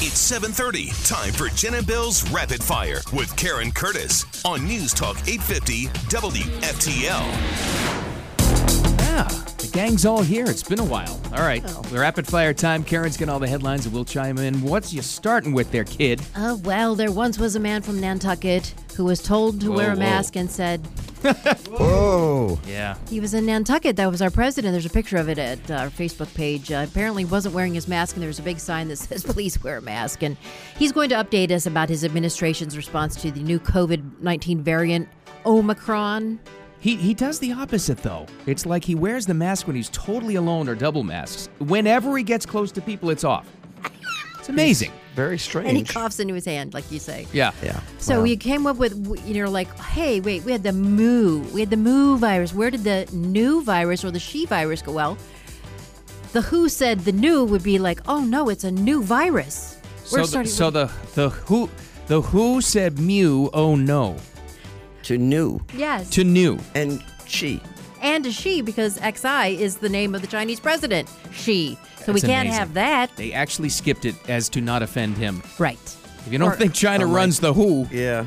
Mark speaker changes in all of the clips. Speaker 1: It's 7:30. Time for Jen and Bill's Rapid Fire with Karen Curtis on News Talk 850 WFTL.
Speaker 2: Yeah, the gang's all here. It's been a while. All right, we're rapid fire time. Karen's getting all the headlines, and we'll chime in. What's you starting with there, kid?
Speaker 3: Oh, well, there once was a man from Nantucket who was told to
Speaker 2: Whoa,
Speaker 3: wear a
Speaker 2: whoa.
Speaker 3: mask and said,
Speaker 4: Whoa.
Speaker 2: Yeah.
Speaker 3: he was in Nantucket. That was our president. There's a picture of it at our Facebook page. Uh, apparently, he wasn't wearing his mask, and there's a big sign that says, please wear a mask. And he's going to update us about his administration's response to the new COVID 19 variant, Omicron.
Speaker 2: He he does the opposite though. It's like he wears the mask when he's totally alone or double masks. Whenever he gets close to people, it's off. It's amazing.
Speaker 4: Very
Speaker 3: And he
Speaker 4: strange.
Speaker 3: coughs into his hand, like you say.
Speaker 2: Yeah.
Speaker 4: yeah.
Speaker 3: So we came up with, w- you know, like, hey, wait, we had the moo, we had the moo virus. Where did the new virus or the she virus go? Well, the WHO said the new would be like, oh no, it's a new virus.
Speaker 2: So the, so the the who the who said mew oh no
Speaker 4: To new
Speaker 3: yes,
Speaker 2: to new.
Speaker 4: and she.
Speaker 3: and a she because XI is the name of the Chinese president. She. So we
Speaker 2: That's
Speaker 3: can't
Speaker 2: amazing.
Speaker 3: have that.
Speaker 2: They actually skipped it as to not offend him.
Speaker 3: Right.
Speaker 2: If you don't
Speaker 3: Or-
Speaker 2: think China runs the who,
Speaker 4: Yeah.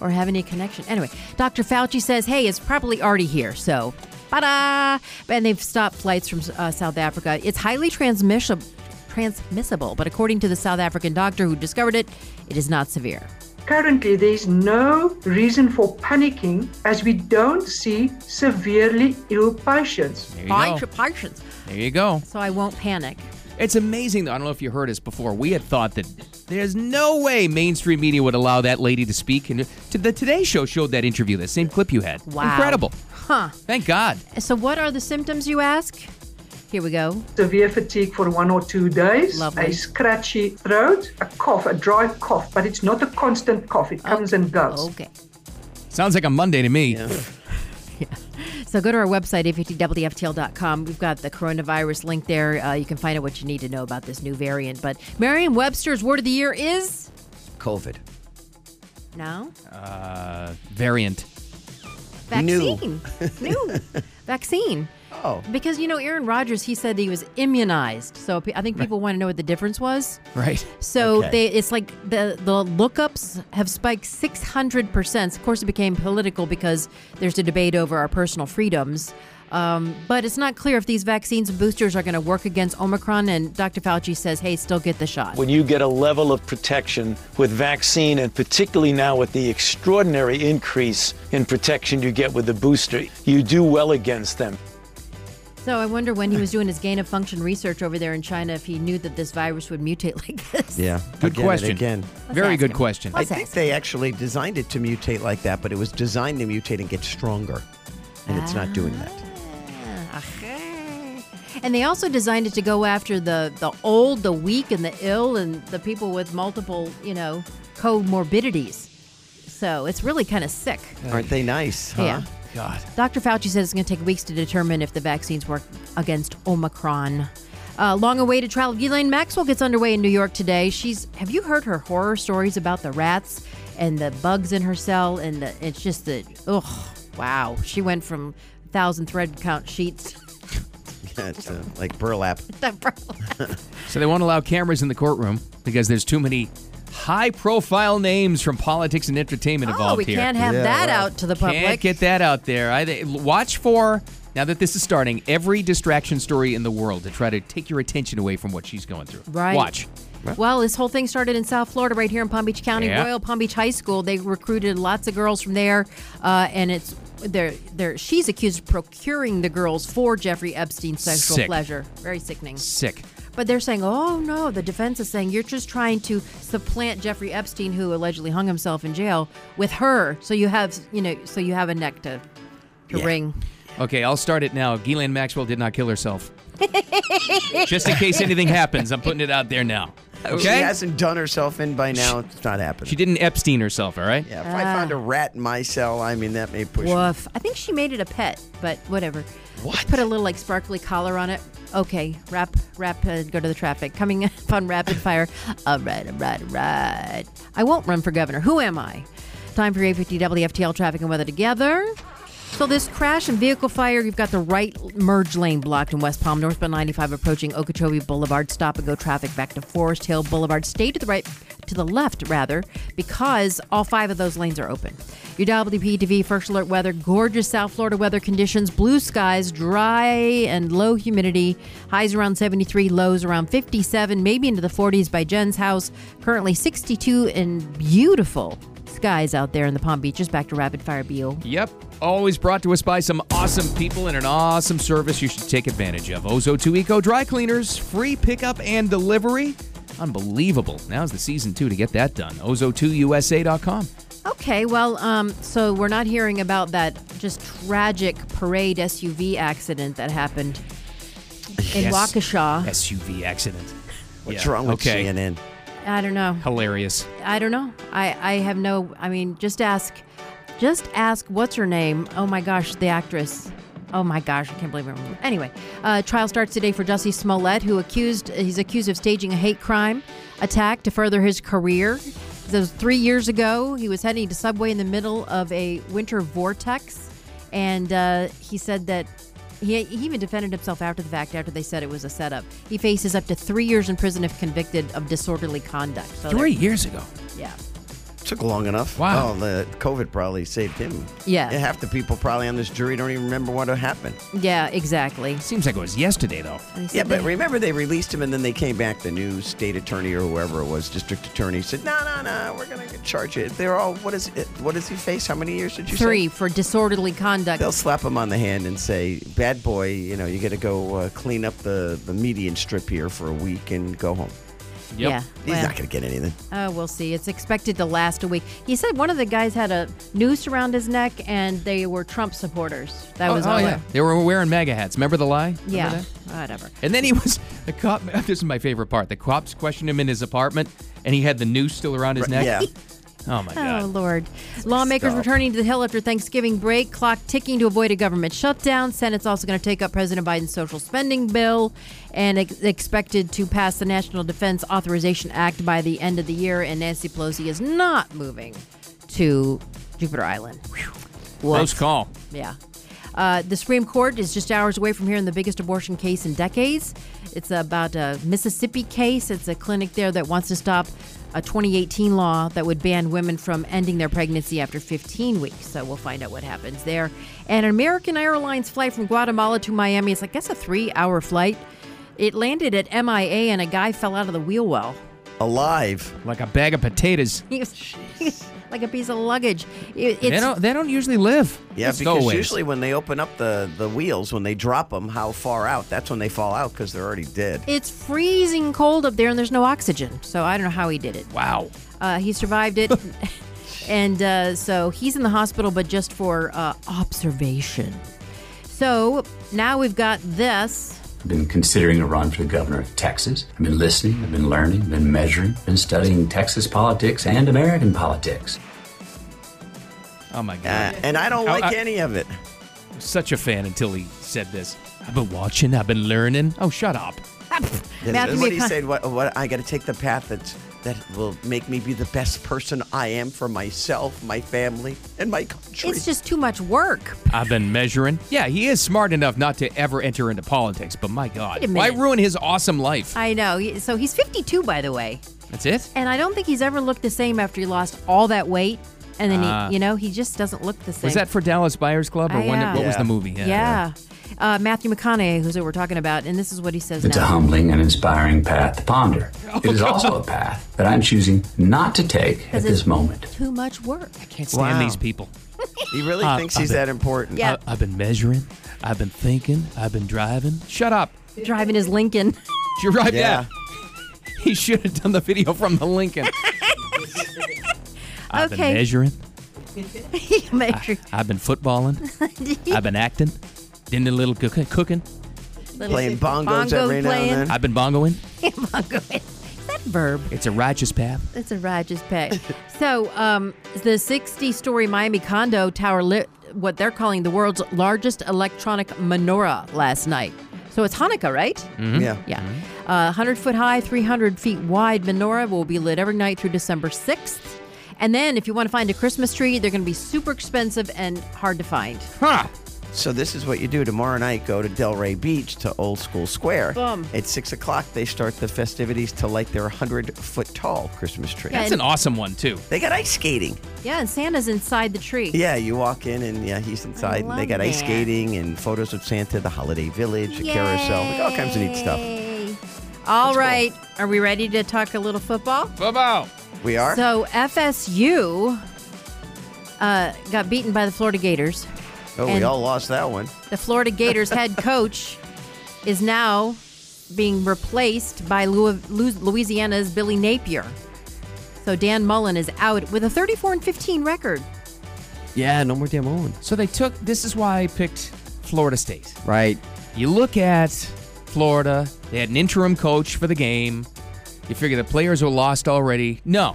Speaker 3: or have any connection. Anyway, Dr. Fauci says, hey, it's probably already here. So, ba da! And they've stopped flights from uh, South Africa. It's highly transmissible. Transmissible, but according to the South African doctor who discovered it, it is not severe.
Speaker 5: Currently, there is no reason for panicking as we don't see severely ill patients.
Speaker 2: there you go.
Speaker 3: Patience.
Speaker 2: There you go.
Speaker 3: So I won't panic.
Speaker 2: It's amazing, though. I don't know if you heard us before. We had thought that there's no way mainstream media would allow that lady to speak. And to the Today Show showed that interview, that same clip you had.
Speaker 3: Wow.
Speaker 2: Incredible.
Speaker 3: Huh.
Speaker 2: Thank God.
Speaker 3: So, what are the symptoms, you ask? Here we go.
Speaker 5: Severe fatigue for one or two days,
Speaker 3: Lovely.
Speaker 5: a scratchy throat, a cough, a dry cough, but it's not a constant cough. It comes and goes.
Speaker 3: Oh, Okay.
Speaker 2: Sounds like a Monday to me.
Speaker 3: So go to our website, 850wftl.com. We've got the coronavirus link there. Uh, you can find out what you need to know about this new variant. But Merriam Webster's word of the year is
Speaker 4: COVID.
Speaker 3: no
Speaker 2: Uh, variant.
Speaker 4: Uh, New.
Speaker 3: vaccine. New vaccine.
Speaker 4: Oh.
Speaker 3: Because, you know, Aaron Rodgers, he said he was immunized. So pe- I think people want to know what the difference was.
Speaker 2: Right.
Speaker 3: So
Speaker 4: Okay.
Speaker 3: they, it's like the the lookups have spiked 600 percent. Of course, it became political because there's a debate over our personal freedoms. Um, but it's not clear if these vaccines and boosters are going to work against Omicron. And Dr. Fauci says, "Hey, still get the shot."
Speaker 6: when you get a level of protection with vaccine and particularly now with the extraordinary increase in protection you get with the booster, you do well against them.
Speaker 3: So I wonder when he was doing his gain of function research over there in China if he knew that this virus would mutate like this.
Speaker 4: Yeah.
Speaker 2: Good
Speaker 4: Again and
Speaker 2: question.
Speaker 4: Again.
Speaker 2: Very
Speaker 3: ask
Speaker 2: good
Speaker 3: him.
Speaker 2: question.
Speaker 3: Let's
Speaker 4: I think
Speaker 3: ask
Speaker 4: they actually designed it to mutate like that, but it was designed to mutate and get stronger. And it's not doing that.
Speaker 3: Ah, okay. And they also designed it to go after the, the old, the weak, and the ill, and the people with multiple, you know, comorbidities. So it's really kind of sick.
Speaker 4: Ah. Aren't they nice? Huh?
Speaker 3: Yeah.
Speaker 2: God.
Speaker 3: Dr. Fauci says it's going to take weeks to determine if the vaccines work against Omicron. Uh, long-awaited trial of Ghislaine Maxwell gets underway in New York today. She's have you heard her horror stories about the rats and the bugs in her cell and the, it's just the oh wow she went from thousand thread count sheets
Speaker 4: Yeah, it's, uh, like burlap.
Speaker 3: to Berlin.
Speaker 2: So they won't allow cameras in the courtroom because there's too many high profile names from politics and entertainment
Speaker 3: Oh,
Speaker 2: involved
Speaker 3: we
Speaker 2: here.
Speaker 3: can't have
Speaker 4: Yeah,
Speaker 3: that
Speaker 4: wow.
Speaker 3: out to the public.
Speaker 2: Can't get that out there. I th- watch for now that this is starting every distraction story in the world to try to take your attention away from what she's going through.
Speaker 3: Right.
Speaker 2: Watch.
Speaker 3: Well, this whole thing started in South Florida, right here in Palm Beach County,
Speaker 2: Yeah.
Speaker 3: Royal Palm Beach High School. They recruited lots of girls from there, uh, and it's they're, they're, she's accused of procuring the girls for Jeffrey Epstein's sexual
Speaker 2: Sick.
Speaker 3: pleasure. Very sickening.
Speaker 2: Sick.
Speaker 3: But they're saying, oh no, the defense is saying you're just trying to supplant Jeffrey Epstein, who allegedly hung himself in jail, with her. So you have, you know, so you have a neck to, to wring.
Speaker 2: Okay, I'll start it now. Ghislaine Maxwell did not kill herself. Just in case anything happens, I'm putting it out there now.
Speaker 4: Oh, She
Speaker 2: Okay?
Speaker 4: hasn't done herself in by now. It's not happening.
Speaker 2: She didn't Epstein herself, all right?
Speaker 4: Yeah, if I found a
Speaker 3: Ah.
Speaker 4: rat in my cell, I mean, that may push me.
Speaker 3: Woof. I think she made it a pet, but whatever. What? Put a little like sparkly collar on it. Okay, wrap, wrap, uh, go to the traffic. Coming up on rapid fire. All right, all right, all right. I won't run for governor. Who am I? Time for your 850 WFTL traffic and weather together. So this crash and vehicle fire, you've got the right merge lane blocked in West Palm, northbound 95 approaching Okeechobee Boulevard. Stop and go traffic back to Forest Hill Boulevard. Stay to the right, to the left rather, because all five of those lanes are open. Your WPTV First Alert weather, gorgeous South Florida weather conditions, blue skies, dry and low humidity, highs around 73, lows around 57, maybe into the 40s by Jen's house. Currently 62 and beautiful skies out there in the Palm Beaches. Back to Rapid Fire Beal.
Speaker 2: Yep. Always brought to us by some awesome people and an awesome service you should take advantage of. Ozo 2 Eco Dry Cleaners, free pickup and delivery. Unbelievable. Now's the season, too, to get that done. Ozo2USA.com.
Speaker 3: Okay, well, um, so we're not hearing about that just tragic parade SUV accident that happened in
Speaker 2: Yes. Eh.
Speaker 3: Waukesha.
Speaker 2: SUV accident.
Speaker 4: What's
Speaker 2: Yeah,
Speaker 4: wrong with
Speaker 2: okay.
Speaker 4: CNN?
Speaker 3: I don't know.
Speaker 2: Hilarious.
Speaker 3: I don't know. I, I have no. I mean, just ask, just ask. What's her name? Oh my gosh, the actress. Oh my gosh, I can't believe I remember. Anyway, uh, trial starts today for Jussie Smollett, who accused he's accused of staging a hate crime attack to further his career. So three years ago, he was heading to Subway in the middle of a winter vortex, and uh, he said that he, he even defended himself after the fact, after they said it was a setup. He faces up to three years in prison if convicted of disorderly conduct. So
Speaker 2: Three years ago.
Speaker 3: there- Yeah.
Speaker 4: Took long enough.
Speaker 2: Wow.
Speaker 4: Well, the COVID probably saved him.
Speaker 3: Yeah.
Speaker 4: Half the people probably on this jury don't even remember what happened.
Speaker 3: Yeah, exactly.
Speaker 2: Seems like it was yesterday, though.
Speaker 3: And he said
Speaker 4: Yeah, but
Speaker 3: that-
Speaker 4: remember they released him and then they came back. The new state attorney or whoever it was, district attorney, said, "No, no, no, we're going to charge it." They're all, what is it? What does he face? How many years did you
Speaker 3: three
Speaker 4: say?
Speaker 3: for disorderly conduct.
Speaker 4: They'll slap him on the hand and say, "Bad boy, you know, you got to go uh, clean up the the median strip here for a week and go home."
Speaker 3: Yeah.
Speaker 4: He's
Speaker 3: well,
Speaker 4: not going to get anything.
Speaker 3: oh, we'll see. It's expected to last a week. He said one of the guys had a noose around his neck, and they were Trump supporters. That was all. it.
Speaker 2: They were wearing MAGA hats. Remember the lie? Oh, Remember
Speaker 3: Yeah.
Speaker 2: that?
Speaker 3: Whatever.
Speaker 2: And then he was the cop. This is my favorite part. The cops questioned him in his apartment, and he had the noose still around his neck.
Speaker 4: Yeah.
Speaker 2: Oh my
Speaker 3: Oh,
Speaker 2: god.
Speaker 3: Lord. Lawmakers
Speaker 4: Stop.
Speaker 3: returning to the Hill after Thanksgiving break, clock ticking to avoid a government shutdown. Senate's also going to take up President Biden's social spending bill and ex- expected to pass the National Defense Authorization Act by the end of the year. And Nancy Pelosi is not moving to Jupiter Island.
Speaker 2: Close call.
Speaker 3: Yeah. Uh, the Supreme Court is just hours away from hearing the biggest abortion case in decades. It's about a Mississippi case. It's a clinic there that wants to stop a 2018 law that would ban women from ending their pregnancy after 15 weeks. So we'll find out what happens there. And an American Airlines flight from Guatemala to Miami is, I guess, a three hour flight. It landed at MIA and a guy fell out of the wheel well.
Speaker 4: Alive.
Speaker 2: Like a bag of potatoes.
Speaker 3: He was like a piece of luggage. It- it's,
Speaker 2: They don't. They don't usually live.
Speaker 4: Yeah,
Speaker 2: It's
Speaker 4: because
Speaker 2: stowaways.
Speaker 4: usually when they open up the, the wheels, when they drop them, how far out? That's when they fall out because they're already dead.
Speaker 3: It's freezing cold up there and there's no oxygen. So I don't know how he did it.
Speaker 2: Wow.
Speaker 3: Uh, he survived it. and uh, so he's in the hospital, but just for uh, observation. So now we've got this.
Speaker 7: been considering a run for the governor of Texas. I've been listening, I've been learning, been measuring, been studying Texas politics and American politics.
Speaker 2: Oh my
Speaker 4: Uh,
Speaker 2: god.
Speaker 4: and I don't
Speaker 2: Oh,
Speaker 4: like
Speaker 2: I-
Speaker 4: any of it. Ah.
Speaker 2: Such a fan until he said this. I've been watching. I've been learning. Oh, shut up.
Speaker 3: Matthew
Speaker 4: what he
Speaker 3: McCona-
Speaker 4: said, what, what I got to take the path that's, that will make me be the best person I am for myself, my family, and my country.
Speaker 3: It's just too much work.
Speaker 2: I've been measuring. Yeah, he is smart enough not to ever enter into politics. But my god,
Speaker 3: Wait a
Speaker 2: why
Speaker 3: minute.
Speaker 2: ruin his awesome life?
Speaker 3: I know. He- So he's 52, by the way.
Speaker 2: That's it.
Speaker 3: And I don't think he's ever looked the same after he lost all that weight. And then, he, you know, he just doesn't look the same.
Speaker 2: Was that for Dallas Buyers Club or
Speaker 3: Ah,
Speaker 2: when,
Speaker 3: yeah.
Speaker 2: what was the
Speaker 4: Yeah.
Speaker 2: movie?
Speaker 3: Yeah. Uh, Matthew McConaughey, who's who we're talking about. And this is what he says
Speaker 7: It's a
Speaker 3: now.
Speaker 7: humbling and inspiring path to ponder. It is also a path that I'm choosing not to take at
Speaker 3: Because it's
Speaker 7: this moment.
Speaker 3: Too much work.
Speaker 2: Can't stand
Speaker 4: Wow.
Speaker 2: these people.
Speaker 4: he really thinks he's that important. Uh,
Speaker 3: Yeah.
Speaker 2: I, I've been measuring. I've been thinking. I've been driving. Shut up.
Speaker 3: Driving his Lincoln.
Speaker 2: You're right.
Speaker 4: Yeah.
Speaker 2: Yeah. He should have done the video from the Lincoln. I've
Speaker 3: Okay.
Speaker 2: been measuring.
Speaker 3: Measure-
Speaker 2: I've been footballing. I've been acting. Then a little cooking. cooking.
Speaker 3: little
Speaker 4: Playing bongos
Speaker 3: bongo
Speaker 4: every
Speaker 3: playing.
Speaker 4: now and then.
Speaker 2: I've been bongoing.
Speaker 3: Is that a verb?
Speaker 2: It's a righteous path.
Speaker 3: It's a righteous pay. so, um, the 60 story Miami condo tower lit what they're calling the world's largest electronic menorah last night. So, it's Hanukkah, right?
Speaker 4: Yeah.
Speaker 3: Yeah. Uh, 100 foot high, 300 feet wide menorah will be lit every night through December 6th. And then if you want to find a Christmas tree, they're going to be super expensive and hard to find.
Speaker 2: Huh.
Speaker 4: So this is what you do tomorrow night. Go to Delray Beach to Old School Square.
Speaker 3: Boom.
Speaker 4: At six o'clock, they start the festivities to light their hundred foot tall Christmas tree.
Speaker 3: Yeah.
Speaker 2: That's an awesome one, too.
Speaker 4: They got ice skating.
Speaker 3: Yeah, and Santa's inside the tree.
Speaker 4: Yeah, you walk in and yeah, he's inside. And they
Speaker 3: love
Speaker 4: got ice
Speaker 3: that.
Speaker 4: skating and photos of Santa, the Holiday Village, a carousel, like all kinds of neat stuff.
Speaker 3: Yay. All right. Are we ready to talk a little football?
Speaker 2: Bobo.
Speaker 4: We are.
Speaker 3: So FSU uh, got beaten by the Florida Gators.
Speaker 4: oh, we
Speaker 3: and-
Speaker 4: all lost that one.
Speaker 3: The Florida Gators head coach is now being replaced by Lu- Lu- Louisiana's Billy Napier. So Dan Mullen is out with a 34 and 15 record.
Speaker 8: Yeah, no more damn Owen.
Speaker 2: So they took, this is why I picked Florida State.
Speaker 8: Right.
Speaker 2: You look at Florida, they had an interim coach for the game. You figure the players were lost already. No.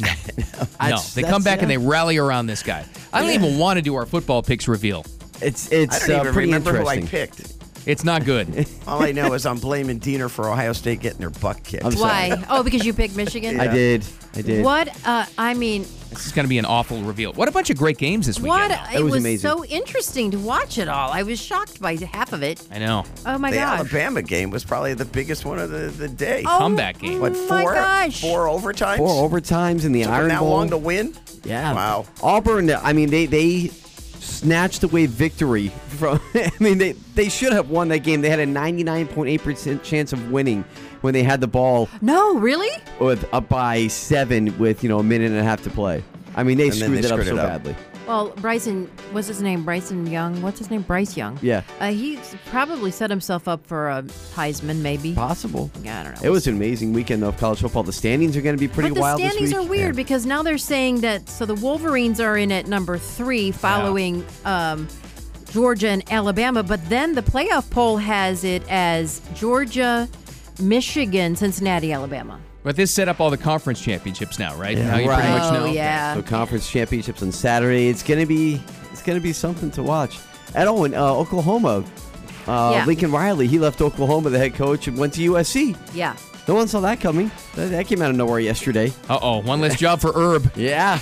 Speaker 2: No.
Speaker 8: That's-
Speaker 2: They
Speaker 8: that's-
Speaker 2: come back and
Speaker 8: yeah.
Speaker 2: they rally around this guy. I don't even want to do our football picks reveal.
Speaker 8: It's
Speaker 4: I
Speaker 8: it's
Speaker 4: don't
Speaker 8: uh,
Speaker 4: even
Speaker 8: pretty
Speaker 4: remember who I
Speaker 8: interesting.
Speaker 4: picked.
Speaker 2: It's not good.
Speaker 4: All I know is I'm blaming Diener for Ohio State getting their butt kicked.
Speaker 8: I'm sorry.
Speaker 3: Why? Oh, because you picked Michigan?
Speaker 8: I did. I did.
Speaker 3: What? Uh, I mean,
Speaker 2: this is going to be an awful reveal. What a bunch of great games this
Speaker 3: what?
Speaker 2: weekend.
Speaker 3: It
Speaker 8: was
Speaker 3: was
Speaker 8: amazing.
Speaker 3: so interesting to watch it all. I was shocked by half of it.
Speaker 2: I know.
Speaker 3: Oh my
Speaker 4: the
Speaker 3: gosh.
Speaker 4: Alabama game was probably the biggest one of the, the day.
Speaker 3: Oh,
Speaker 2: Comeback game.
Speaker 4: what
Speaker 3: my
Speaker 4: four?
Speaker 3: gosh.
Speaker 4: Four overtimes.
Speaker 8: Four overtimes in the
Speaker 4: Took 'em
Speaker 8: Iron
Speaker 4: that
Speaker 8: Bowl.
Speaker 4: long to win.
Speaker 8: yeah.
Speaker 4: Wow.
Speaker 8: Auburn. I mean, they they snatched away victory from. I mean, they they should have won that game. They had a 99.8 percent chance of winning when they had the ball
Speaker 3: No, really?
Speaker 8: with up by seven with you know a minute and a half to play. I mean, they
Speaker 4: And then
Speaker 8: screwed
Speaker 4: they
Speaker 8: that up
Speaker 4: screwed
Speaker 8: so
Speaker 4: it up.
Speaker 8: badly.
Speaker 3: Well, Bryson, what's his name? Bryson Young. What's his name? Bryce Young.
Speaker 8: Yeah.
Speaker 3: Uh, he's probably set himself up for a Heisman, maybe.
Speaker 8: Possible.
Speaker 3: Yeah, I don't know.
Speaker 8: It was an amazing weekend though of college football. The standings are going to be pretty
Speaker 3: but the
Speaker 8: wild
Speaker 3: standings
Speaker 8: this
Speaker 3: are
Speaker 8: week.
Speaker 3: weird because now they're saying that so the Wolverines are in at number three, following um, Georgia and Alabama. But then the playoff poll has it as Georgia, Michigan, Cincinnati, Alabama.
Speaker 2: But this set up all the conference championships now, right? now you
Speaker 8: right.
Speaker 2: pretty much
Speaker 3: oh
Speaker 2: know.
Speaker 3: yeah.
Speaker 8: So conference championships on Saturday. It's gonna be it's gonna be something to watch. At Owen, uh, Oklahoma, uh,
Speaker 3: Yeah.
Speaker 8: Lincoln Riley, he left Oklahoma, the head coach, and went to USC.
Speaker 3: Yeah.
Speaker 8: No one saw that coming. That, that came out of nowhere yesterday.
Speaker 2: Uh oh, one less job for Herb.
Speaker 8: Yeah,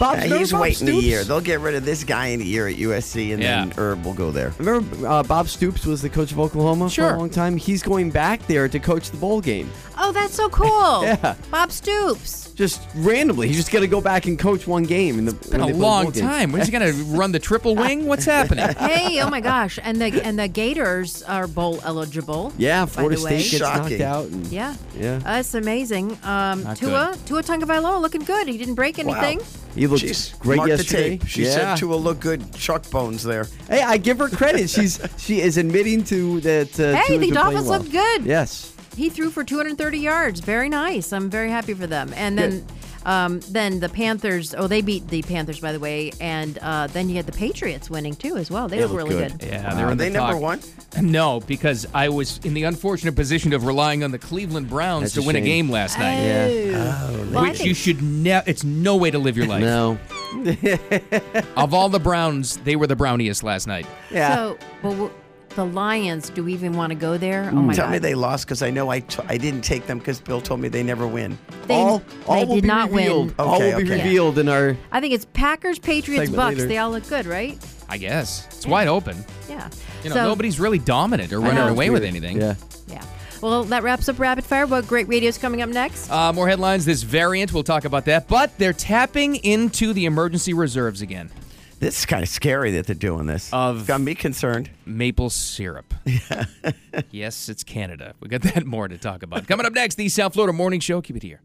Speaker 8: Bob.
Speaker 4: Yeah,
Speaker 8: remember
Speaker 4: he's
Speaker 8: Bob
Speaker 4: waiting a
Speaker 8: Stoops?
Speaker 4: year. They'll get rid of this guy in a year at USC, and then
Speaker 2: Yeah.
Speaker 4: Herb will go there.
Speaker 8: Remember uh, Bob Stoops was the coach of Oklahoma for
Speaker 2: Sure.
Speaker 8: a long time. He's going back there to coach the bowl game.
Speaker 3: Oh, that's so cool.
Speaker 8: Yeah.
Speaker 3: Bob Stoops.
Speaker 8: Just randomly, he's just gonna go back and coach one game. In the,
Speaker 2: Been a long time. What is he going to run the triple wing? What's happening?
Speaker 3: Hey, oh my gosh. And the and the Gators are bowl eligible.
Speaker 8: Yeah,
Speaker 3: by
Speaker 8: Florida
Speaker 3: the way.
Speaker 8: State gets knocked
Speaker 4: Shocking.
Speaker 8: out. and-
Speaker 3: Yeah.
Speaker 8: Yeah.
Speaker 3: That's amazing. Um,
Speaker 2: Not
Speaker 3: Tua, Tua Tungavailoa looking good. He didn't break anything.
Speaker 8: He looked
Speaker 4: She's
Speaker 8: great
Speaker 4: marked
Speaker 8: yesterday.
Speaker 4: the tape. She
Speaker 8: Yeah.
Speaker 4: said Tua looked good. Chuck bones there.
Speaker 8: Hey, I give her credit. She's she is admitting to that. Uh,
Speaker 3: Hey, the
Speaker 8: Tua's been playing
Speaker 3: Dolphins
Speaker 8: well.
Speaker 3: look good.
Speaker 8: Yes,
Speaker 3: He threw for 230 yards. Very nice. I'm very happy for them. And then um, then the Panthers, oh, they beat the Panthers, by the way. And uh, then you had the Patriots winning, too, as well. They, were
Speaker 8: look
Speaker 3: really
Speaker 8: good.
Speaker 3: good.
Speaker 2: Yeah, they're
Speaker 4: Are
Speaker 2: in the
Speaker 4: they number
Speaker 2: talk.
Speaker 4: one?
Speaker 2: No, because I was in the unfortunate position of relying on the Cleveland Browns
Speaker 8: That's
Speaker 2: to
Speaker 8: a
Speaker 2: win
Speaker 8: shame.
Speaker 2: a game last night,
Speaker 3: Oh, well, I
Speaker 2: which you
Speaker 3: think-
Speaker 2: should never. It's no way to live your life.
Speaker 8: no,
Speaker 2: Of all the Browns, they were the browniest last night.
Speaker 8: yeah.
Speaker 3: So, but w- the Lions, do we even want to go there? Oh, my
Speaker 4: Tell me
Speaker 3: God.
Speaker 4: they lost because I know I t- I didn't take them because Bill told me they never win.
Speaker 3: They,
Speaker 8: all all
Speaker 3: they
Speaker 8: will
Speaker 3: did
Speaker 8: be
Speaker 3: not
Speaker 8: revealed.
Speaker 3: win.
Speaker 8: all will be
Speaker 4: Okay, okay.
Speaker 8: revealed in our.
Speaker 3: I think it's Packers, Patriots,
Speaker 8: Segment
Speaker 3: Bucks.
Speaker 8: later.
Speaker 3: They all look good, right?
Speaker 2: I guess it's wide open.
Speaker 3: Yeah.
Speaker 2: You know,
Speaker 3: So-
Speaker 2: nobody's really dominant or running
Speaker 3: know.
Speaker 2: away with anything.
Speaker 8: Yeah.
Speaker 3: Yeah. Well, that wraps up Rapid Fire. What great radio is coming up next?
Speaker 2: Uh, more headlines. This variant, we'll talk about that. But they're tapping into the emergency reserves again.
Speaker 4: This is kind of scary that they're doing this.
Speaker 2: Of-
Speaker 4: Got me concerned.
Speaker 2: maple syrup. yes, it's Canada. We got that and more to talk about. Coming up next, the South Florida Morning Show. Keep it here.